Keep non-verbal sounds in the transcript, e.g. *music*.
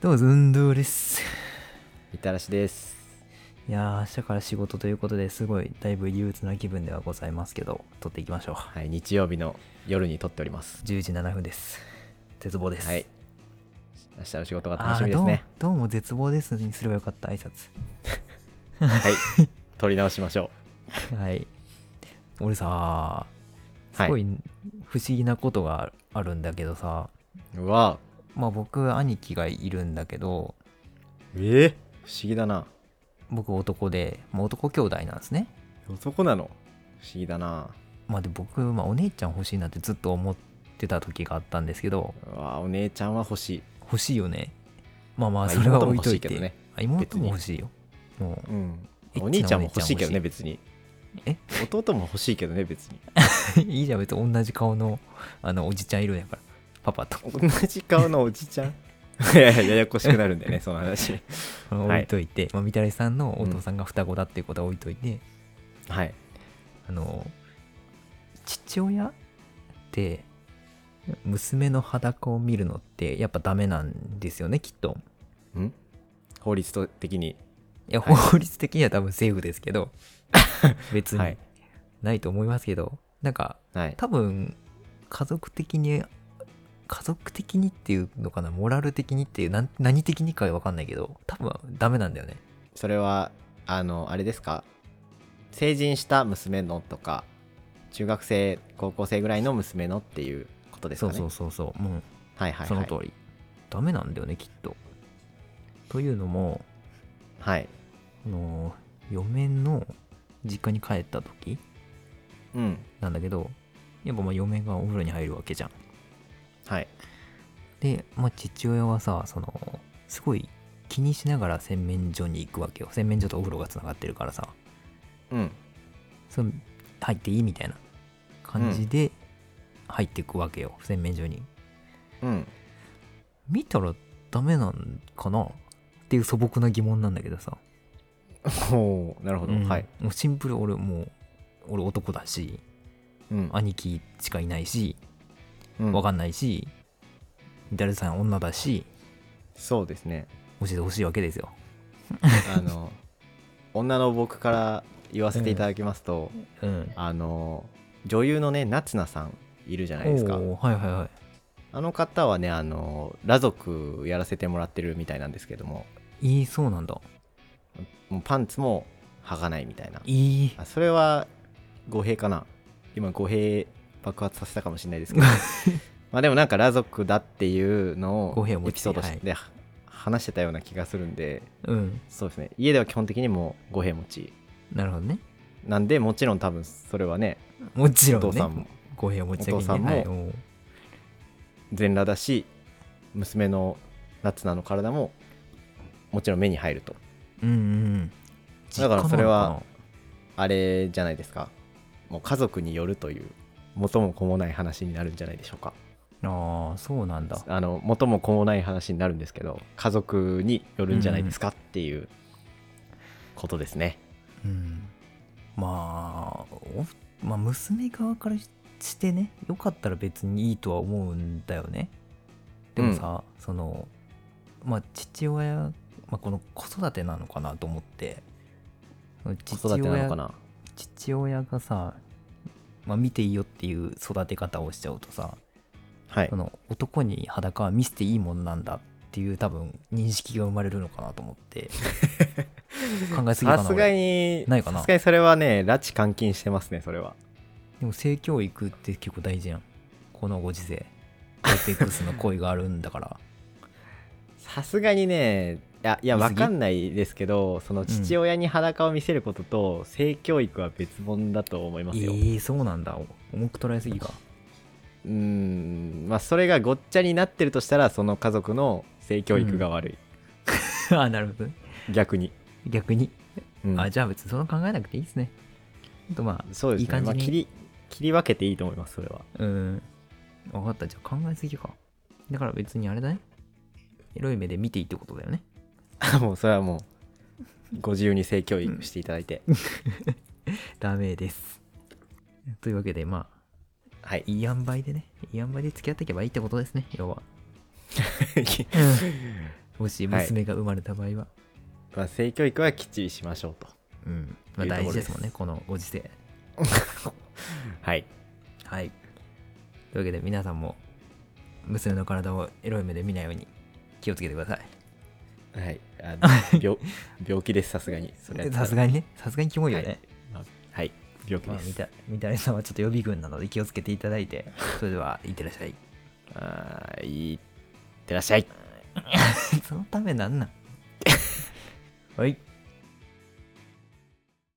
どうも、ずんどうです。 *laughs* みたらしです。いやー、明日から仕事ということですごい、だいぶ憂鬱な気分ではございますけど、撮っていきましょう。はい、日曜日の夜に撮っております。 10時7分です。絶望です。はい。明日の仕事があ楽しーみですね。どうも。どうも絶望ですにすればよかった、挨 *laughs* 拶。はい。 *laughs* 撮り直しましょはい。俺さ、う。すはごい。い不思議なことがあるんだけどさ、うわまあ僕、兄貴がいるんだけど、ええ不思議だな。僕男で、まあ、男兄弟なんですね。男なの不思議だな。まあで僕、まあ、お姉ちゃん欲しいなってずっと思ってた時があったんですけど、うわお姉ちゃんは欲しい。欲しいよねまあままああそれは置いとい妹も欲しいけどてねあ妹も欲しいよもううん。エッチなお兄ちゃんも欲しいけどね、お別に。え弟も欲しいけどね、別に。いいじゃん別に同じ顔の *laughs* あのおじちゃんいるんやからパパと同じ顔のおじちゃん。い *laughs* やいや、ややこしくなるんだよね、その *laughs* 話。あのは置いいといて、まあ、みたらしさんのお父さんが双子だっていうことは置いといて、はい。あの父親って娘の裸を見るのってやっぱダメなんですよねきっとん法律と的に。いやはい法律的には多分セーフですけ *laughs* ど別はにいないと思いますけどなんかはい。多分家族的に家族的にっていうのかなモラル的にっていうなん何的にかわかんないけど多分ダメなんだよねそれはあのあれですか成人した娘のとか中学生高校生ぐらいの娘のっていうことですそかうねそうそうそうもうはいはいはいその通り、ダメなんだよねきっとというのもはいあの嫁の実家に帰った時うんなんだけどやっぱまあ嫁がお風呂に入るわけじゃんはいで、まあ、父親はさそのすごい気にしながら洗面所に行くわけよ洗面所とお風呂がつながってるからさうんその入っていいみたいな感じで入っていくわけよ、洗面所にうん見たらダメなんかなっていう素朴な疑問なんだけどさ、おおーなるほど、うんはいもうシンプル俺もう俺男だしうん兄貴しかいないしうんわかんないし誰さん女だしそうですね教えてほしいわけですよあの *laughs* 女の僕から言わせていただきますと、うんあの女優のね夏菜さんいるじゃないですかおーはいはいはいあの方はねあの裸族やらせてもらってるみたいなんですけどもいいそうなんだもうパンツも履かないみたいないいあそれは語弊かな今語弊爆発させたかもしれな *laughs* いですけどまあでもなんか裸族だっていうの語を弊を持エちピソードしはいでは話してたような気がするんでうんそうですね家では基本的にもう語弊持ちなるほどねなんでもちろん多分それはねもちろおんね父さんも公平を持ち上おげ父てさんもはいおー全裸だし娘の夏菜の体ももちろん目に入るとうんうんだからそれは実あれじゃないですかもう家族によるという元も子もない話になるんじゃないでしょうか家なのかなああそうなんだあの元も子もない話になるんですけど家族によるんじゃないですかっていうことですね、うんまあおまあ娘側からしてねよかったら別にいいとは思うんだよねでもさ、そのまあ父親、まあ、この子育てなのかなと思って子育てなのかな父親がさ、まあ、見ていいよっていう育て方をしちゃうとさはいその男に裸は見せていいもんなんだっていう多分認識が生まれるのかなと思って *laughs* 考えすぎかなさす俺がにないかなさすがにそれはね拉致監禁してますねそれはでも性教育って結構大事やんこのご時世エイペックスの恋があるんだからさすがにねいやいや見過わぎかんないですけどその父親に裸を見せることと性教育は別物だと思いまえすよ、ー、そうなんだ重く捉えすぎか *laughs* うーんまあそれがごっちゃになってるとしたらその家族の性教育が悪い、ああなるほどね逆に、逆に、うんあじゃあ別にそんな考えなくていいですねほんとまあそうですねいい感じまあ、に切り切り分けていいと思いますそれはうん分かったじゃあ考えすぎかだから別にあれだねエロい目で見ていいってことだよねあ *laughs* もうそれはもうご自由に性教育していただいて、ダメですというわけでまあはい *laughs* いい塩梅でねいい塩梅で付き合っていけばいいってことですね要は *laughs* もしはい娘が生まれた場合は、まあ、性教育はきっちりしましょう *laughs* と。うんまあ、い大うところ事でですすもんねこのご時世はい。はいというわけで皆さんも娘の体をエロい目で見ないように気をつけてくださいはい。あの病病気です、さすがに。それやったらさすがにね *laughs* さすがにキモいよね、はい。はい病気まあで、みす。たみたいさんはちょっと予備軍なので気をつけていただいてそれではいってらっしゃいあーいい。いってらっしゃい。そのためなんなんはい